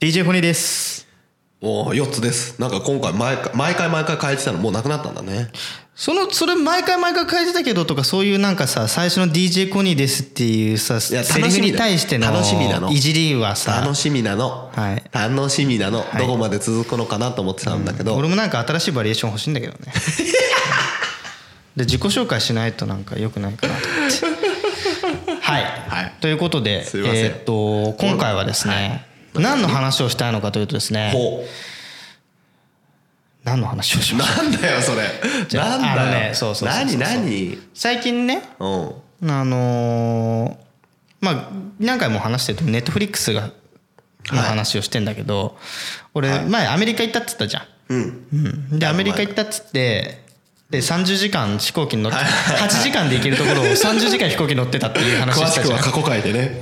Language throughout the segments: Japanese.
DJ フニーですおお4つですなんか今回毎回毎回毎回変えてたのもうなくなったんだねそのそれ毎回毎回変えてたけどとかそういうなんかさ最初の DJ コニーですっていうさセやリフに対楽ししてみだのよ楽しみなのいじりはさ楽しみなの、はい楽しみなの、どこまで続くのかなと思ってたんだけど、俺もなんか新しいバリエーション欲しいんだけ どねで自己紹介しないとなんか良くないかなと思ってはい、はいということですいませんえーっと今回はですね、何の話をしたいのかというとですねほ何の話をしうましょうなんだよそれじゃあなんだよあのねそうそうそうそう何何最近ねうんあのーまあ何回も話してるとネットフリックスがの話をしてんだけど、俺前アメリカ行ったっつったじゃん。うんうんでアメリカ行ったっつってで30時間飛行機に乗って8時間で行けるところを30時間飛行機乗ってたっていう話を詳ししたくじゃはん過去回でね、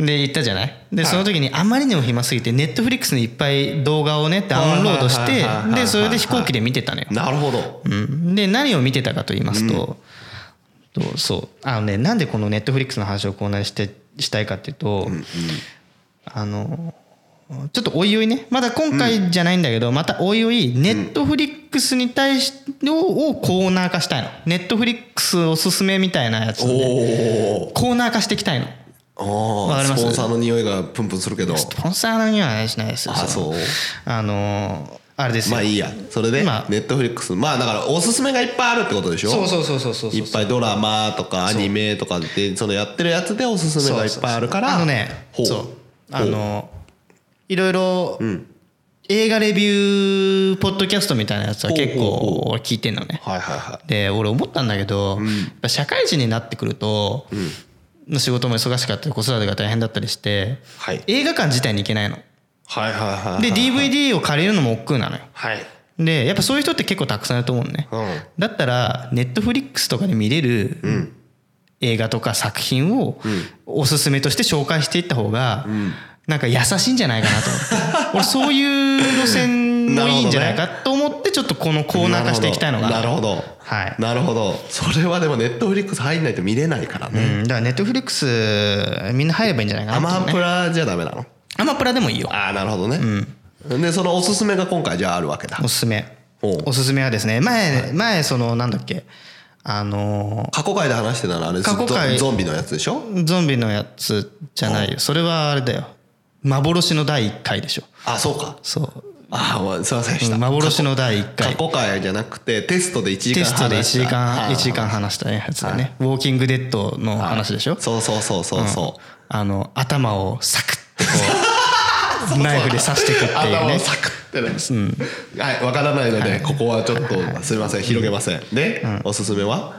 で行ったじゃないでその時にあまりにも暇すぎてネットフリックスにいっぱい動画をねダウンロードしはいてはいはいはいはいでそれで飛行機で見てたのよ。なるほどうん、で何を見てたかと言いますと、とそうあのねなんでこのネットフリックスの話をこんなにしてしたいかっていうと、あのちょっとおいおいねまだ今回じゃないんだけど、またおいおいネットフリックスに対しををコーナー化したいのネットフリックスおすすめみたいなやつをおねーコーナー化していきたいのおわかーりスますポンサーの匂いがプンプンするけどスポンサーのにはしないですよあそうあのあれですよ、まあいいやそれでまあネットフリックスまあだからおすすめがいっぱいあるってことでしょそうそうそうそうそうそういっぱいドラマとかアニメとかでそのやってるやつでおすすめがいっぱいあるからあのねほうそうほあうのいろいろ映画レビューポッドキャストみたいなやつは結ほうほ構俺聞いてんのねはいはいはで俺思ったんだけど、やっぱ社会人になってくると、仕事も忙しかったり子育てが大変だったりして、はい映画館自体に行けないのいはいはいはいで DVD を借りるのも億劫なのよはいでやっぱそういう人って結構たくさんいると思うのね、うんだったらネットフリックスとかで見れる映画とか作品をおすすめとして紹介していった方がなんか優しいんじゃないかな と思って俺そういう路線もいいんじゃないかと思ってちょっとこのコーナー化していきたいのがなるほどはいなるほどそれはでもネットフリックス入んないと見れないからうねんだからネットフリックスみんな入ればいいんじゃないかアなとマ思うプねラじゃダメなのアマプラでもいいよああなるほどねでそのおすすめが今回じゃああるわけだおすすめおうおすすめはですね前前そのなんだっけあのー過去回で話してたのあれ過去回ゾンビのやつでしょゾンビのやつじゃないよそれはあれだよ幻の第1回でしょあそうかそああすいませんでしうた幻の第1過回去回じゃなくてテストで1時間テストで1話した時間はい1時間話したやつだねウォーキングデッドの話でしょそうそうそうそうそうあの頭をサクッて こうナイフで刺していくっていう頭ねをサクってね、はいわからないのでここはちょっとすみません広げませんでおすすめは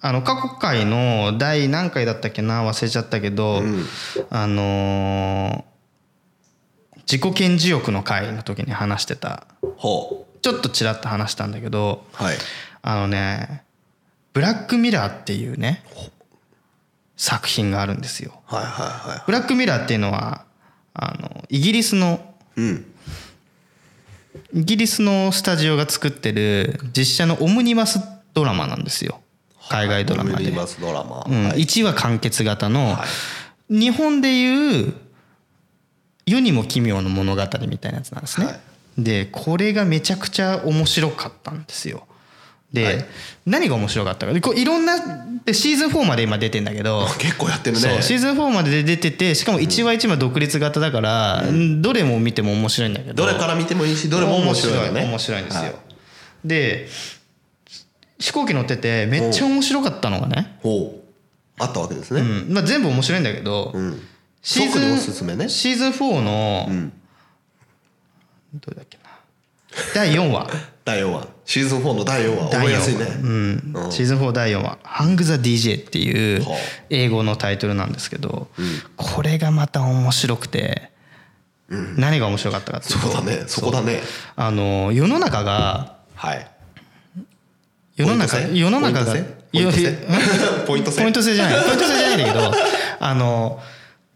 あの過去回の第何回だったっけな忘れちゃったけどあのー自己顕示欲の回の時に話してたほうちょっとちらっと話したんだけどはいあのね「ブラックミラー」っていうね作品があるんですよ。はいはいはブラックミラーっていうのはあのイギリスのいうんイギリスのスタジオが作ってる実写のオムニバスドラマなんですよ海外ドラマオムでニ。バスドラマ、うんはい1話完結型の日本でいう世にも奇妙の物語みたいなやつなんですね。はいでこれがめちゃくちゃ面白かったんですよ。で、はい何が面白かったかでこういろんなでシーズン4まで今出てんだけど。結構やってるそ ねうシーズン4まで出ててしかも1話1話独立型だから、どれも見ても面白いんだけどどれから見てもいいしどれも面白いよね面白いんですよ、はいで飛行機乗っててめっちゃ面白かったのがね、ほうあったわけですね、うんまあ、全部面白いんだけど、んシーズン特におすすめねシーズン4の、どれだっけな第4話第4話シーズン4の第4話第四話覚えやすいね、うんシーズン4第4話「ハング・ザ・ DJ」っていうはあ英語のタイトルなんですけど、これがまた面白くて、何が面白かったかっていうそうとだねそこだねあの世の中がはい世の中ポイント制世の中がポイント制よポイント制ポイント制じゃ ないポイント制じゃないんだけどあの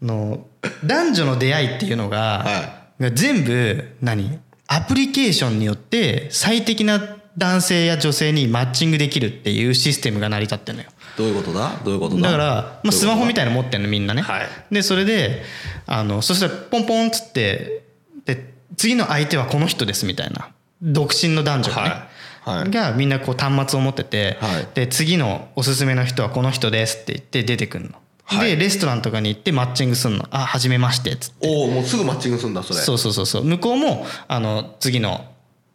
の男女の出会いっていうのがは、が全部何アプリケーションによって最適な男性や女性にマッチングできるっていうシステムが成り立ってるのよ。どういうことだどういうことだだから、まあ、スマホみたいなの持ってんのみんなね、はいでそれであのそしたらポンポンっつってで次の相手はこの人ですみたいな独身の男女がね、はいはいがみんなこう端末を持ってて、はいで次のおすすめの人はこの人ですって言って出てくるの、はでいレストランとかに行ってマッチングするのあはじめましてっつっておおもうすぐマッチングするんだそれそうそうそうそう向こうもあの次の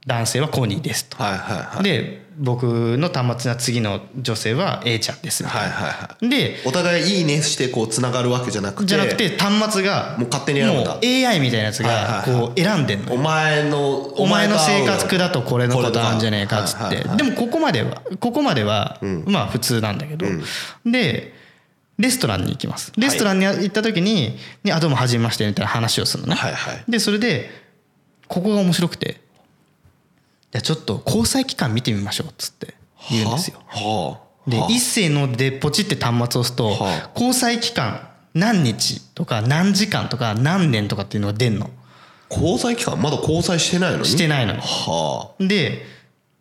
男性はコニーですと、はいはいはいで僕の端末の次の女性は A ちゃんですみたいはな、いはいはでいお互いいいねしてこうつながるわけじゃなくてじゃなくて端末がもう勝手に選んだもう AI みたいなやつがはいはいはこう選んでんのおよ前のお前のが合う生活だとこれのことあるんじゃねえかっつはっていはいはいでもここまではここまではんまあ普通なんだけどでレストランに行きますレストランに行った時に「にあどうもはじめまして」みたいな話をするのねはいはいでそれでここが面白くて「じゃあちょっと交際期間見てみましょう」っつって言うんですよはあではあ一斉のでポチって端末を押すとはあ交際期間何日とか何時間とか何年とかっていうのが出んの交際期間まだ交際してないのにしてないのはあにで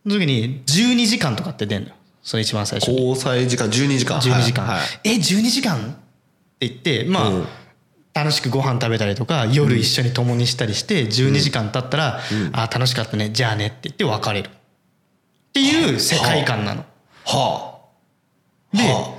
その時に12時間とかって出んのその一番最初に交際時間12時間12時間、はいはいえ12時間って言ってまあ、うん楽しくご飯食べたりとか夜一緒に共にしたりして12時間経ったら「あ楽しかったねじゃあね」って言って別れるっていう世界観なの。はあでは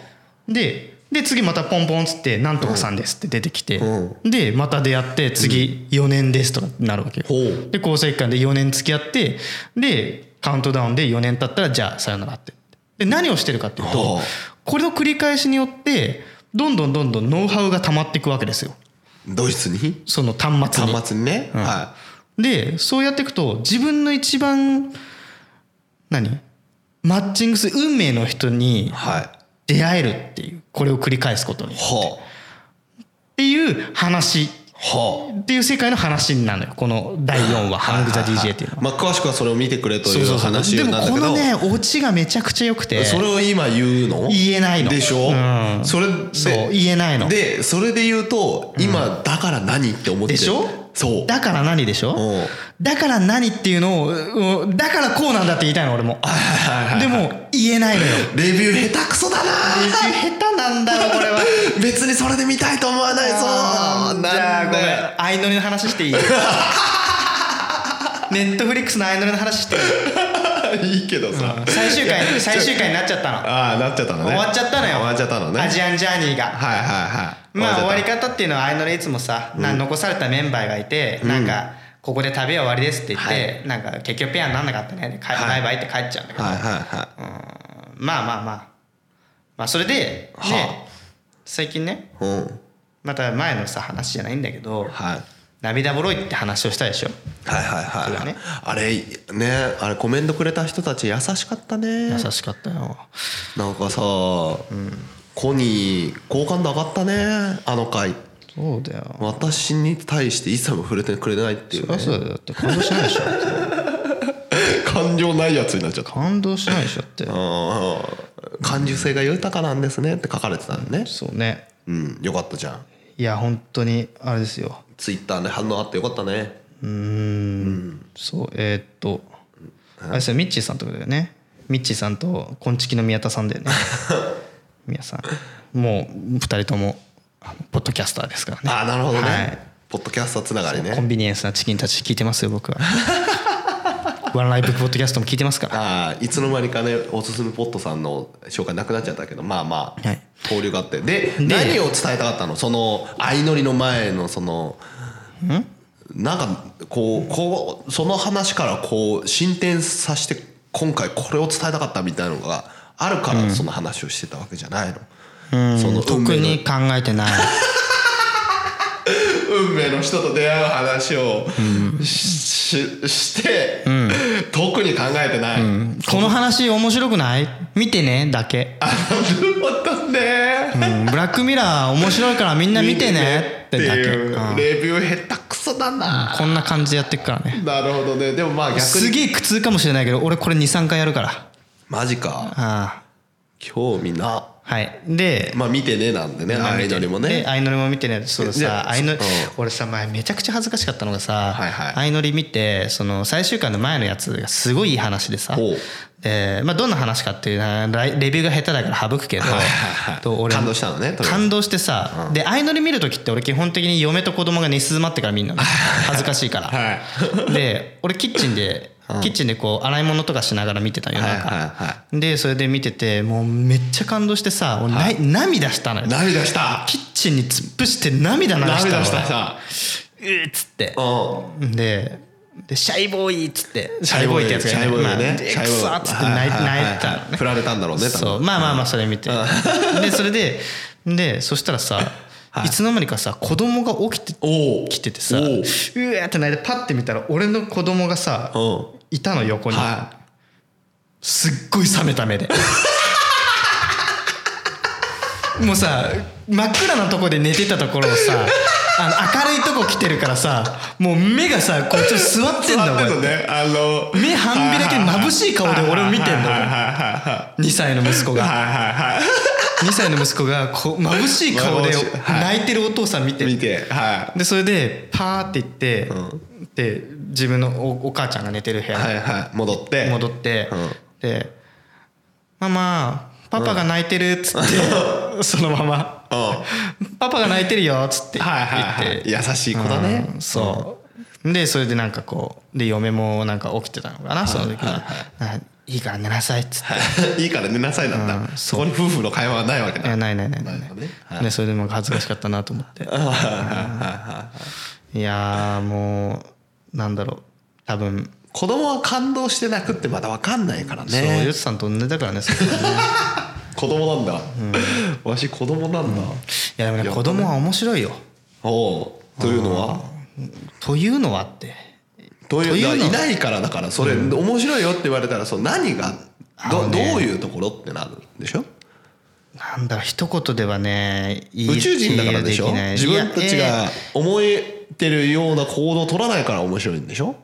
でで次またポンポンっつって「なんとかさんです」って出てきて、うでまた出会って次4年ですとかってなるわけよ、ほうで交際期間で4年付き合ってでカウントダウンで4年経ったらじゃあさよならってで何をしてるかっていうと、はあこれの繰り返しによってどんどんどんどんノウハウが溜まっていくわけですよあドイツにその端末に端末にねはでそうやっていくと自分の一番何マッチングする運命の人にいは出会えるっていうこれを繰り返すことにいはっていう話あはあっていう世界の話になるのよこの第4話「ハング・ザ・ DJ」っていうのは。まあ詳しくはそれを見てくれとそういそううそう話でなんもだけどこのねオチがめちゃくちゃ良くてそれを今言うの言えないのでしょ、うんそれそうで言えないのでそれで言うと今だから何って思ってでるしょそうだから何でしょだから何っていうのをうんだからこうなんだって言いたいの俺もでも言え ないのようんレビュー下手くそだな下手なんだろこれは 別にそれで見たいと思わないぞなんじゃあごめんだよ相乗りの話 していいネットフリックスの相乗りの話していいいいけどさ、最終回に最終回に なっちゃったのああなっちゃったのね終わっちゃったのよ終わっちゃったのねアジアンジャーニーがはいはいはいまあ終わりっちゃっ方っていうのはあいのれいつもさ、な残されたメンバーがいて、なんかここで食べは終わりですって言って、なんか結局ペアになんなかったねで帰バイバイって帰っちゃうんだけたど、はいはいはいうんまあまあまあまあそれで、はね、最近ねうんまた前のさ話じゃないんだけど、はい涙ボロいって話をしたでしょはいはいはいそはうだいねあれねあれコメントくれた人たち優しかったね優しかったよなんかさ、コニー好感度上がったねあの回そうだよ私に対して一切も触れてくれないっていう、ね、そうだよだって感動しないで しょ感情ないやつになっちゃった感動しないでしょってうん感受性が豊かなんですねって書かれてたのねそうねうんよかったじゃんいや本当にあれですよツイッターで反応あってよかったねうーんそうえーっとあれですよミッチーさんとかだよねミッチーさんとこんちきの宮田さんだ よね宮さんもう2人ともあのポッドキャスターですからねああなるほどね、はいポッドキャストつながりコンねビニエンスなチキンたち聞いてますよ 僕はワンライブポッドキャストも聞いてますからああいつの間にかねおすすめポットさんの紹介なくなっちゃったけどまあまあ、はい交流があってで何を伝えたかったのその相乗りの前のそのなんかこうこうその話からこう進展させて今回これを伝えたかったみたいなのがあるからその話をしてたわけじゃないの、その特運命のに考えてない運命の人と出会う話をし,、して、特に考えてない、 この話面白くない見てねだけ、なるほどね、うんブラックミラー面白いからみんな見てねっ っててだけ、いううんレビュー下手くそだな、こんな感じでやっていくからねなるほどねでもまあ逆すにげえ苦痛かもしれないけど俺これ23回やるからマジかあ興味なあはいでまあ見てねなんでねまあアイドルも見てねで相乗りも見てねそうでさ相乗りうん俺さ前めちゃくちゃ恥ずかしかったのがさはいはい相乗り見てその最終回の前のやつがすごいいい話でさほうでまあどんな話かっていうのはライレビューが下手だから省くけどいはいはいと俺感動したのねとりあえず感動してさで相乗り見る時って俺基本的に嫁と子供が寝静まってから見るの ね恥ずかしいからはいで俺キッチンでキッチンでこう洗い物とかしながら見てたよはいなんはいかはでそれで見ててもうめっちゃ感動してさ俺ない涙したのよい涙したキッチンに突っ伏して 涙流したの涙俺したさうーっつってうんででシャイボーイっつってシャイボーイってやつシがャイボーイまあねでシくャイボーイそっつって泣いはいはいはい泣いてたのね振られたんだろうね多分そうまあまあまあそれ見てでそれででそしたらさいつの間にかさ子供が起きておお来ててさうおわうーって泣いてパッて見たら俺の子供がさういたの横んにはすっごい冷めた目 でもうさ真っ暗なとこで寝てたところを さあの明るいとこ来てるからさもう目がさこうちょっと座っいてんだ 座ってんものんねあの目半開けで眩しい顔で俺を見てんのはいはいはいはい2歳の息子がはい はいは2歳の息子がこう眩しい顔で眩しいはい泣いてるお父さん見てい見てはでそれでパーって行って、で自分のおお母ちゃんが寝てる部い屋にはいはい戻って戻って、うんで「ママパパが泣いてる」っつって、 そのままうんは「パパが泣いてるよ」っつってい言って、はいはい優しい子だねうんそうでそれでなんかこうで嫁もなんか起きてたのかなその時はあいいから寝なさい」っつってはいい いから寝なさいなんうだんそこに夫婦の会話はないわけいやだないないないないないなるほどねはいでそれでもなんか恥ずかしかったなと思っていやーもうなんだろう多分子供は感動して泣くってまだわかんないからそうねよつさんと同じだからねそこはね 子供なんだわし子供なんいだやでもね子供は面白いよおうというのはというのはってというというのはだからいないからだからそれ面白いよって言われたらそう何があどのどうねいうところってなるんでしょなんだろう一言ではねいい宇宙人だからでし比ょ喩きない自分たちいやが思えてるような行動を取らないから面白いんでしょ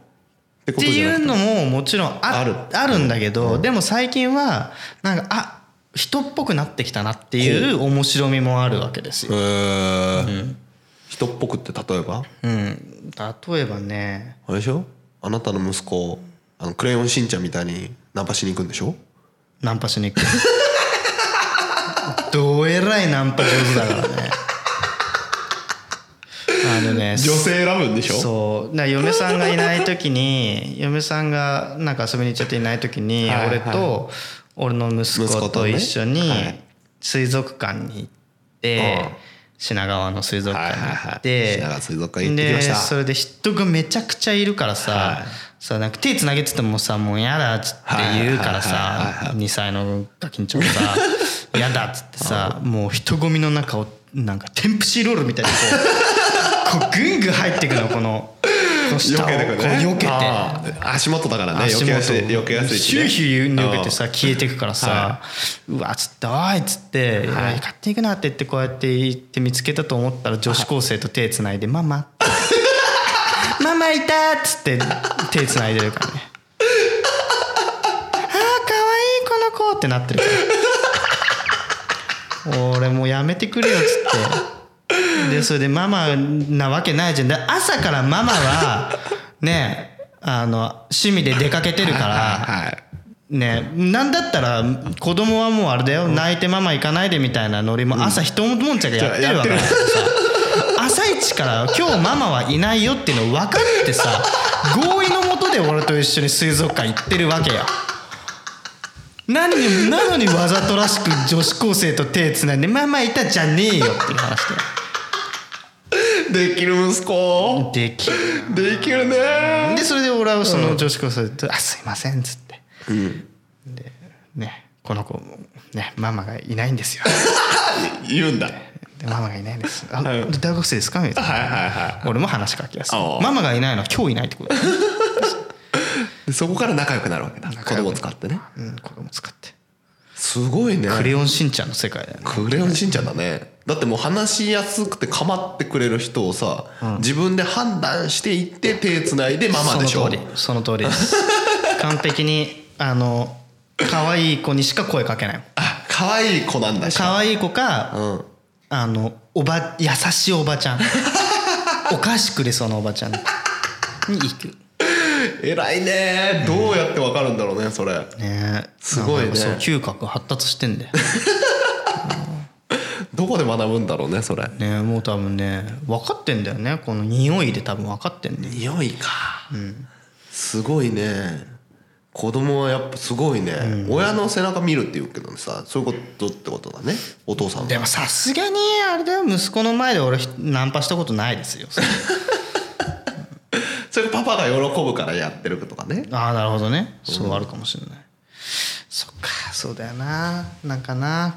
ってっこてとじいゃなうくてのももちろんあああるるんだけど、でも最近はなんかあ人っぽくなってきたなっていう面白みもあるわけですよへー人っぽくって例えばうん、例えばねあれでしょあなたの息子あのクレヨンしんちゃんみたいにナンパしに行くんでしょナンパしに行く どえらいナンパ上手だからねあのね性選ぶんでしそうな嫁さんがいない時に嫁さんがなんか遊びに行っちゃっていない時にはいはい俺と俺の息息子子ととね一緒にはい水族館に行ってうん品川の水族館に行って、はいはいはい品川水族館行ってきましたでそれで人がめちゃくちゃいるからさ、はいさなんか手つなげててもさもうやだっつって言うからはいはいはいはいさは2歳のガキンチョがさ やだっつってさもう人混みの中をなんか天ぷしロールみたいにこうこうぐんぐん入ってくのこのこの避下をこうけてくね避けてあー足元だからね避足け元をやすい避けやすいしヒュねーヒュー避けてさ消えてくからさうわっつって「おい」っつっていや「買っていくな」って言ってこうやって行って見つけたと思ったら女子高生と手つないで「ママ」「ママいた」っつって手つないでるからね「ああかわいいこの子」ってなってるから俺もうやめてくれよっつって。でそれでママなわけないじゃんで朝からママはねあの趣味で出かけてるからはいねなんだったら子供はもうあれだよ泣いてママ行かないでみたいなノリも朝一文ちゃがやってるわけだからさ朝一から今日ママはいないよっていうの分かってさ 合意のもとで俺と一緒に水族館行ってるわけよ。なのになのにわざとらしく女子高生と手つないで「ママいたじゃねえよ」っていう話 だよ。できる息子できるできるねでそれで俺はその女子高生と「あすいません」っつって、でねこの子ねママがいないん ですよ言うんだでママがいないんですあ大学生ですかみたいな、はいはいは俺も話しかけやすいああママがいないのは今日いないってことだ、いでそこから仲良くなるわけだ子供使ってねうん、子供使ってすごい「ねクレヨンしんちゃん」の世界だよねクレヨンしんちゃんだねだってもう話しやすくて構ってくれる人をさ、自分で判断していって手つないでママでしそょの通りその 通りです完璧にあの可愛い子にしか声かけないもんあ可愛い子なんだし可愛い子か、うんあのおば優しいおばち ゃんお菓子くれそうなおばちゃんに行く偉いねどうやってわかるんだろうねそれねえすごいねなんかそう嗅覚発達してんだよどこで学ぶんだろうねそれねえもう多分ね分かってんだよねこの匂いで多分分かってんだよ匂いか、すごいね子供はやっぱすごいね、親の背中見るって言うけどさそういうことってことだねお父さんではもさすがにあれだよ息子の前で俺ひナンパしたことないですよそれパパが喜ぶからやってるとかねああなるほどねそうあるかもしれない、そっかそうだよななんかな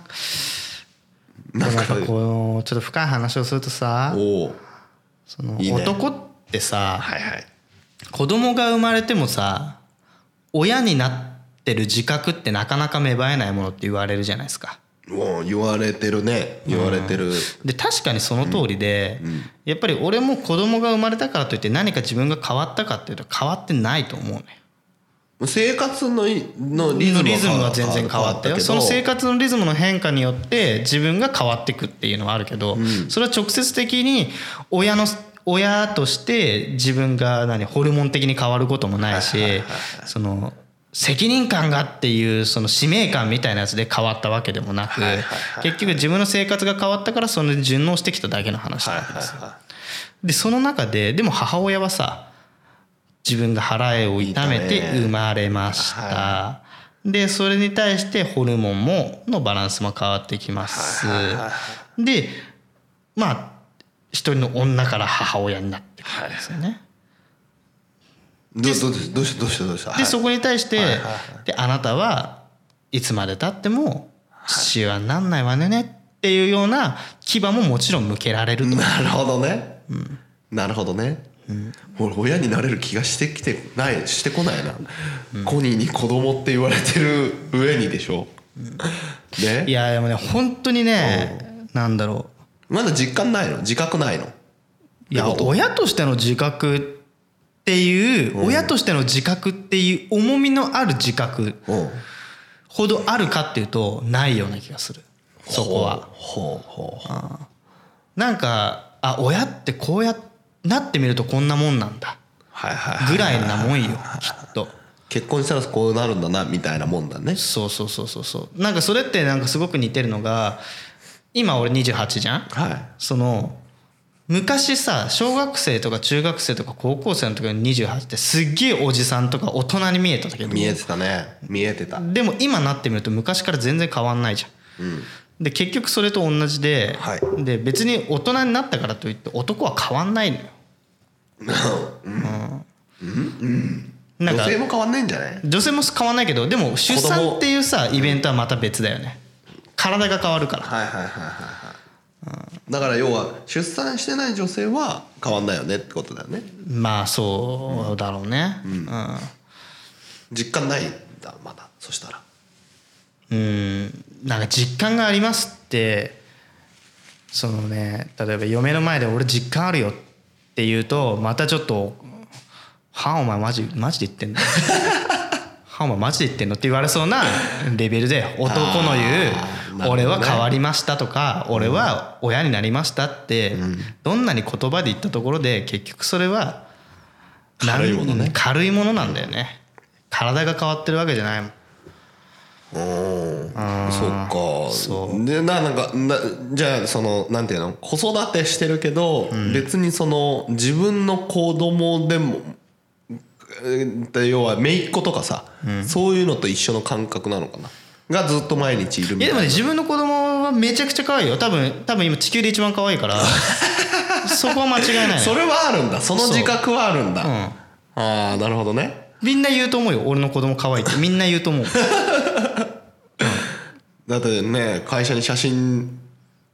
なんなんかかこうちょっと深い話をするとさおおそのいいね男ってさはいはい子供が生まれてもさ親になってる自覚ってなかなか芽生えないものって言われるじゃないですか。もう言われてるね言われてる、で確かにその通りで、やっぱり俺も子供が生まれたからといって何か自分が変わったかっていうと変わってないと思うね。生活のいのリズムはリズムは全然変わったよけどその生活のリズムの変化によって自分が変わっていくっていうのはあるけど、それは直接的に親の親として自分が何ホルモン的に変わることもないしその責任感がっていうその使命感みたいなやつで変わったわけでもなく結局自分の生活が変わったからそれに順応してきただけの話はいなんはいですよ。はでその中ででも母親はさ自分が腹を痛めて生まれましたでそれに対してホルモンものバランスも変わってきます、でまあ一人の女から母親になってくるんですよね、いどどうしたどうしたどうしたどうしたではいそこに対して、であなたはいつまでたっても父親になんないわねっていうような牙ももちろん向けられるとなるほどね、なるほどね、俺親になれる気がしてきてないしてこないな、コニーに子供って言われてる上にでしょ、いねやでもね本当にねなんだろうまだ実感ないの自覚ないのいやってこと親としての自覚っていう、親としての自覚っていう重みのある自覚うんほどあるかっていうとないような気がするそこはほうほうほうなんかあ親ってこうやなってみるとこんなもんなんだはいはいはぐいらいなもんよきっと結婚したらこうなるんだなみたいなもんだねそうそうそうそうそうなんかそれってなんかすごく似てるのが今俺28じゃんはその昔さ小学生とか中学生とか高校生の時の28ってすっげえおじさんとか大人に見えたけいど見えてたね見えてたでも今なってみると昔から全然変わんないじゃん、で結局それと同じで,、はいで別に大人になったからといって男は変わんないのよ、うんなん女か性も変わんないんじゃない女性も変わんないけどでも出産っていうさイベントはまた別だよね体が変わるからはいはいはいはいはいだから要は出産してない女性は変わんないよねってことだよねまあそうだろうねうん実感ないんだまだそしたらうんなんか実感がありますってそのね例えば嫁の前で「俺実感あるよ」って言うとまたちょっと「はあお前マジマジで言ってんの? 」 はあお前マジで言ってんのって言われそうなレベルで男の言うあーなるほどね「俺は変わりました」とか「俺は親になりました」ってどんなに言葉で言ったところで結局それはなん軽いものね軽いものなんだよね体が変わってるわけじゃないもんうんそっかそでななんかなじゃあそのなんていうの子育てしてるけど、別にその自分の子供でもえー要は姪っ子とかさ、そういうのと一緒の感覚なのかながずっと毎日いるいみやでたいなもね自分の子供はめちゃくちゃ可愛いよ多分多分今地球で一番可愛い からそこは間違いないのよそれはあるんだその自覚はあるんだ、うああなるほどねみんな言うと思うよ俺の子供可愛いってみんな言うと思うだってね会社に写真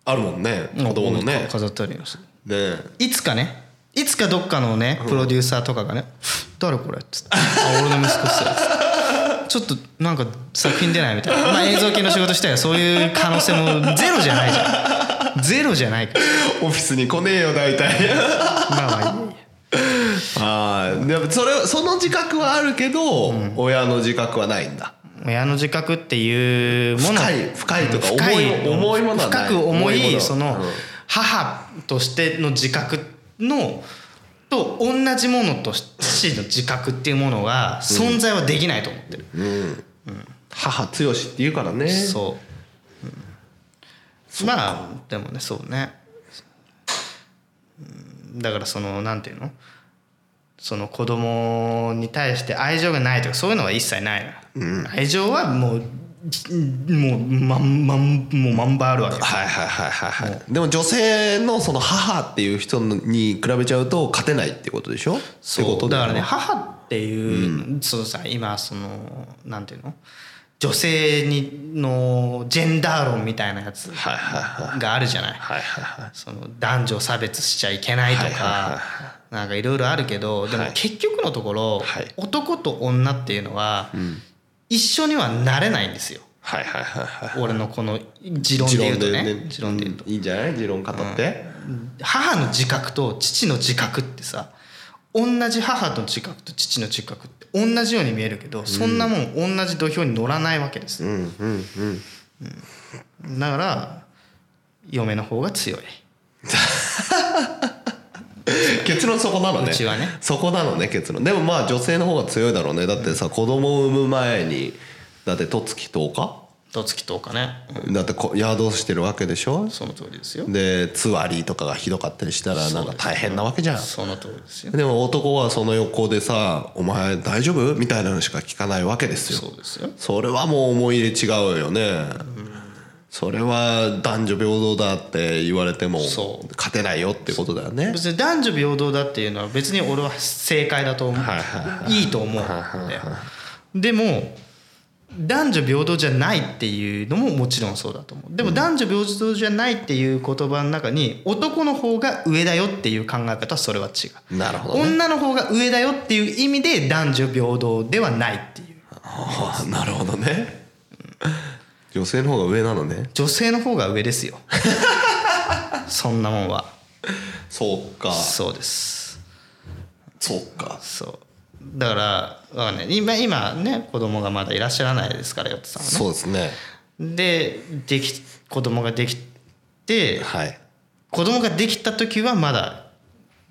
あるもんね子供のね飾ってありますねいつかねいつかどっかのねプロデューサーとかがね「誰これ?」っつって「あ俺の息子っすよ」つってちょっとなんか作品出ないみたいな、まあ、映像系の仕事したらそういう可能性もゼロじゃないじゃんゼロじゃないから オフィスに来ねえよ大体まあまあいいやああでもそれその自覚はあるけど、親の自覚はないんだ親の自覚っていうもの深い深いとか深重い重いものはない深く重重いもいのそのうん母としての自覚のと同じものとしての自覚っていうものが存在はできないと思ってる、母強しって言うからねそう、うんまあでもねそうねうんだからそのなんていうのその子供に対して愛情がないとかそういうのは一切ないの、愛情はもうもうまんまんもうまんばあるわけよはいはいはいはいはいでも女性のその母っていう人に比べちゃうと勝てないってことでしょってそことうだからねよ母っていう、そのさ今そのなんていうの女性にのジェンダー論みたいなやつはいはいはいがあるじゃない、はいはいはいその男女差別しちゃいけないとはいはいはいかなんかいろいろあるけどでもはい結局のところはい男と女っていうのは一緒にはなれないんですよはいはいはいはい俺のこの持論で言うとね持論で言うとうんいいんじゃない持論語って、母の自覚と父の自覚ってさ同じ母の自覚と父の自覚って同じように見えるけどそんなもん同じ土俵に乗らないわけですうよん、うんうんだから嫁の方が強い結論そこなのねうちはねそこなのね結論でもまあ女性の方が強いだろうねだってさ子供を産む前にだって十月10日とつきとかねうんだってこ宿してるわけでしょその通りですよでつわりとかがひどかったりしたらなんか大変なわけじゃんその通りですよでも男はその横でさ「お前大丈夫?」みたいなのしか聞かないわけですよそうですよそれはもう思い入れ違うよね、それは男女平等だって言われてもそう勝てないよってことだよね 別に男女平等だっていうのは別に俺は正解だと思う、はいい、はいと思うんだよでも男女平等じゃないっていうのももちろんそうだと思うでも男女平等じゃないっていう言葉の中に男の方が上だよっていう考え方はそれは違うなるほどね女の方が上だよっていう意味で男女平等ではないっていうああなるほどね女性の方が上なのね女性の方が上です よそんなもんはそうかそうですそうかそうだからわかんない今今ね子供がまだいらっしゃらないですからよってさんはそうですねねででき子供ができてはい子供ができた時はまだ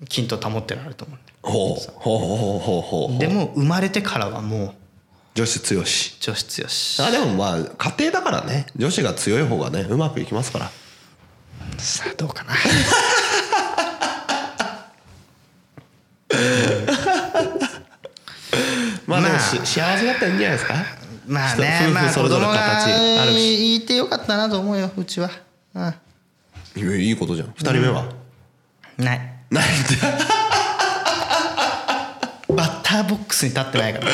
均等保ってられると思ほうほうほうほうほううほうでも生まれてからはもう女子強し女子強しあでもまあ家庭だからね女子が強い方がねうまくいきますからさあどうかなまあでもまあし幸せだったらいいんじゃないですか まあ 人ねまあ夫婦そ子れぞ供れが形あるしいてよかったなと思うようちは、ういやいいことじゃん2人目は、ん、ないないんだバッターボックスに立ってないから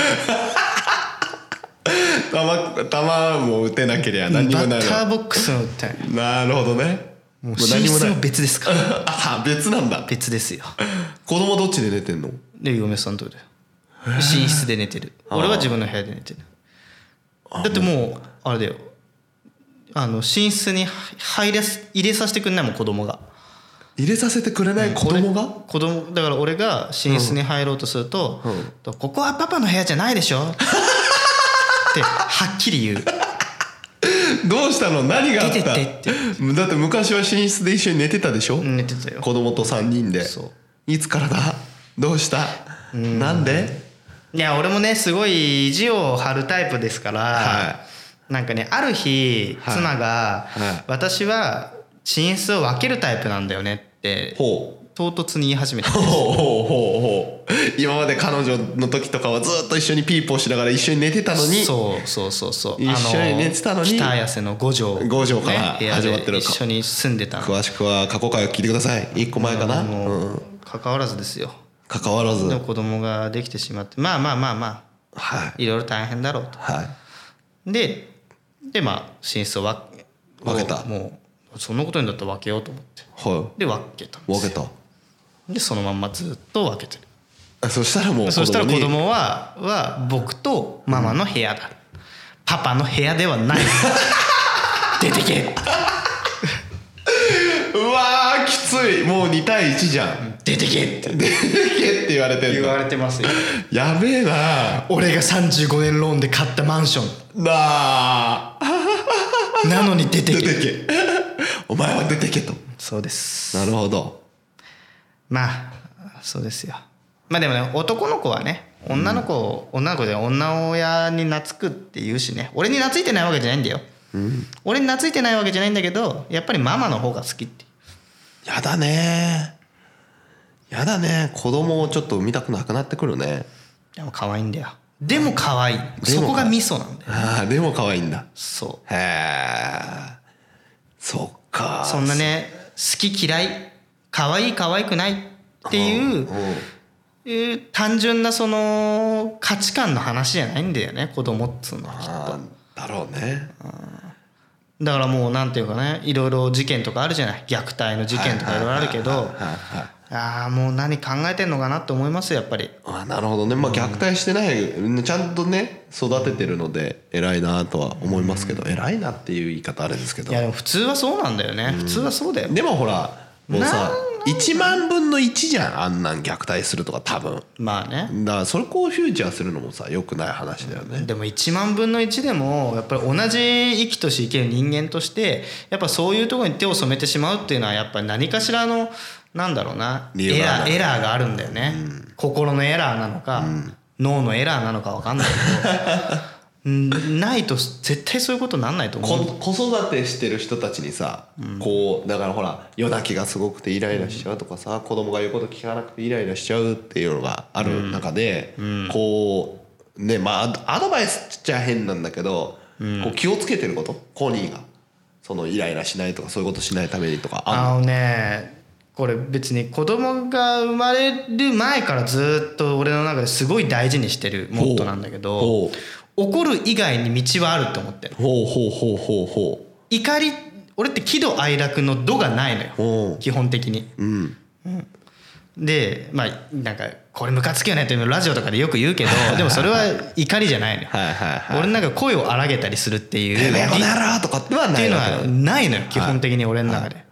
球球も打てなけりゃバ何にもなッいターボックスのってないのなるほどねももうう寝何も室ないも別ですからあ別なんだ別ですよ子供どっちで寝てんので嫁さんとだよ寝室で寝てる俺は自分の部屋で寝てるだってもうあれだよあの寝室に入れす入れさせてくんないもん子供が入れさせてくれない子供が、子供だから俺が寝室に入ろうとするとうん「とここはパパの部屋じゃないでしょ」ってはっきり言うどうしたの何があった出てってだって昔は寝室で一緒に寝てたでしょ、寝てたよ子供と3人でそいつからだどうしたなんでいや俺もねすごい意地を張るタイプですから、はなんかねある日はい妻がはい「私は寝室を分けるタイプなんだよね」ってほう唐突に言い始めたほうほうほうほう今まで彼女の時とかはずっと一緒にピーポーしながら一緒に寝てたのにそうそうそうそう一緒に寝てたのにあ北綾瀬の五条五条からね部屋で始まってる一緒に住んでたの詳しくは過去回を聞いてください一個前かな、もううん、関わらずですよ関わらずではいも子供ができてしまってまあまあまあまあいろいろ大変だろうとはいででまあ寝室を分け分けたもうそんなことになったら分けようと思ってはで分けたんいで分すけよたでそのまんまずっと分けてあそしたらもうるそしたら子に供はは僕とママの部屋だ、パパの部屋ではない出てけうわーきついもう2対1じゃん出てけってって言われて言んのわれてますよやべえな 俺が35年ローンで買ったマンショなあンなのに出て出けてけお前は出てけとそうですなるほどまあそうですよまあでもね男の子はね女の子を、女の子で女親に懐くって言うしね俺に懐いてないわけじゃないんだよ、俺に懐いてないわけじゃないんだけどやっぱりママの方が好きってやだねやだね子供をちょっと産みたくなくなってくるねでも可愛いんだよでも可愛いでそも可愛いこがミソなんだよああでも可愛いんだそうへえそっかそんなね好き嫌い可愛い可愛くないっていう、うんえー単純なその価値観の話じゃないんだよね子供っつうのはああだろうねだからもうなんていうかねいろいろ事件とかあるじゃない虐待の事件とかいろいろあるけどはいはいああもう何考えてんのかなって思いますよやっぱりあなるほどね、まあ、虐待してないちゃんとね育ててるので偉いなとは思いますけど偉いなっていう言い方あれですけどいやでも普通はそうなんだよね普通はそうだよでもほらもうさ1万分の1じゃんあんなん虐待するとか多分まあねだからそれこうフューチャーするのもさよくない話だよねでも1万分の1でもやっぱり同じ生きとし生きる人間としてやっぱそういうところに手を染めてしまうっていうのはやっぱり何かしらのなんだろうな理エ由があラるーエラーがあるんだよね、心のエラーなのか、脳のエラーなのか分かんないけどうんないと絶対そういうことになんないと思うこ子育てしてる人たちにさ、こうだからほら夜泣きがすごくてイライラしちゃうとかさ、子供が言うこと聞かなくてイライラしちゃうっていうのがある中で、こうねまあアドアドバイスっちゃ変なんだけど、こう気をつけてることコニーがそのイライラしないとかそういうことしないためにとかああのねこれ別に子供が生まれる前からずっと俺の中ですごい大事にしてるモットーなんだけどほう怒る以外に道はあると思ってるほうほうほうほうほ怒り俺って喜怒哀楽の「度」がないのようほ基本的にううんでまあなんかこれムカつくよねっていうのラジオとかでよく言うけどでもそれは怒りじゃないのよはいはいはい俺なんか声を荒げたりするっていうてめえこのり野郎とかってはっなていいうのわけはないのよ基本的に俺の中で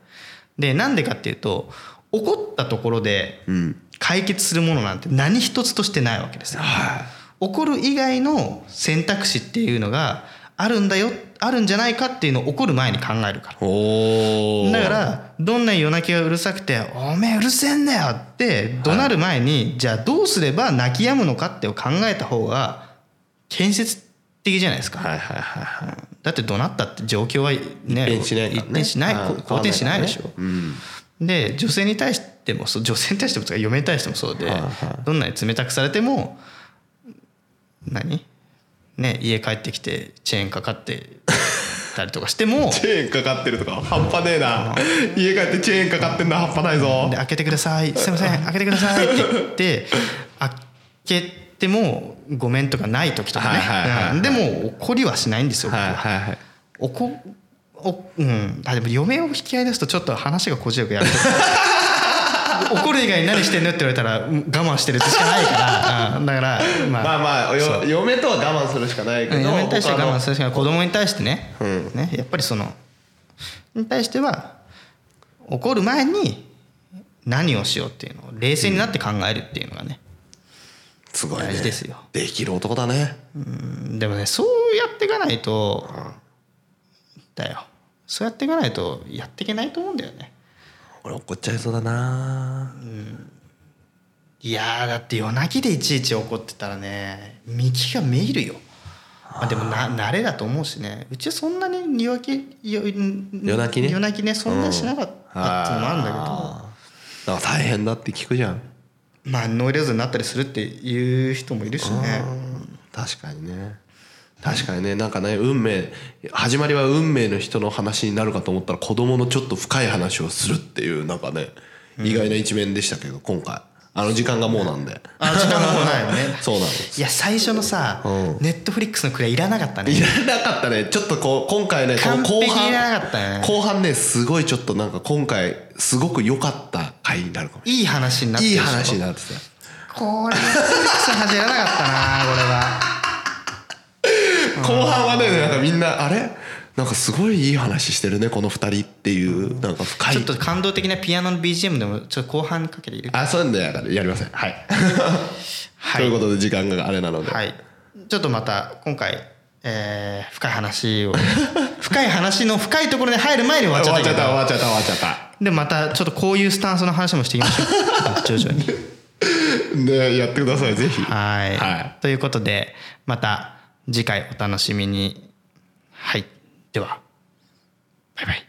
でなんでかっていうと怒ったところでうん解決するものなんて何一つとしてないわけですよはい怒る以外の選択肢っていうのがあるんだよあるんじゃないかっていうのを怒る前に考えるからおだからどんな夜泣きがうるさくて「おめえうるせえんだよ」って怒鳴る前に、じゃあどうすれば泣き止むのかってを考えた方が建設的じゃないですか、はいはいはいはいだって怒鳴ったって状況はね一変しないからね一変しないうん好転しないでしょ、うんで女性に対してもそう女性に対してもとか嫁に対してもそうで、はいはどんなに冷たくされても何ね家帰ってきてチェーンかかってたりとかして もチェーンかかってるとか半端ねえな家帰ってチェーンかかってんの半端ないぞで開けてくださいすいません開けてくださいって言って開けてもごめんとかない時とかね、はいはいはいはいうんでも怒りはしないんですよ、はいはいはいおこおうんあでも嫁を引き合い出すとちょっと話がこじれくやる 怒る以外に何してんのって言われたらうん我慢してるってしかないから、うんだからまあ、まあまあよ嫁とは我慢するしかないけうどん嫁に対して他の我慢するしかない子供に対してね,、うんねやっぱりそのに対しては怒る前に何をしようっていうのを冷静になって考えるっていうのがね、すごいね大事ですよできる男だねうんでもねそうやっていかないと、だよそうやっていかないとやっていけないと思うんだよね俺怒っちゃいそうだないやーだって夜泣きでいちいち怒ってたらね幹がめいるよまあでもな慣れだと思うしねうちはそんなに夜泣き夜夜夜泣きね夜泣きねそんなしなかったっていうのもあるんだけど、どなんか大変だって聞くじゃんまあノイレーゼになったりするっていう人もいるしね確かにね確かにねなんかね運命始まりは運命の人の話になるかと思ったら子供のちょっと深い話をするっていうなんかね意外な一面でしたけど今回あの時間がもうなんであ時間もないよ ねそうなのいいや最初のさうんネットフリックスのくらいいらなかったねやなかったねちょっとこう今回ねこう完後璧にいらな半かったよね後半ねすごいちょっとなんか今回すごく良かった回になるかもしいい話になれっなているいでいしょ話になってたこれネットフリックス始めらな かったなこれは後半はねなんかみんなあれなんかすごいいい話してるねこの二人っていうなんか深いちょっと感動的なピアノの BGM でもちょっと後半かけているあそうなんだからやりませんはい、は というい、ことで時間があれなので、はい、ちょっとまた今回、えー深い話 を深い話の深いところに入る前に終わっち終ゃっわたっけちゃった終どわっちゃった終わっちゃったでまたちょっとこういうスタンスの話もしていきましょう徐 々にでやってくださいぜひはい、はということでまた次回お楽しみにはいではバイバイ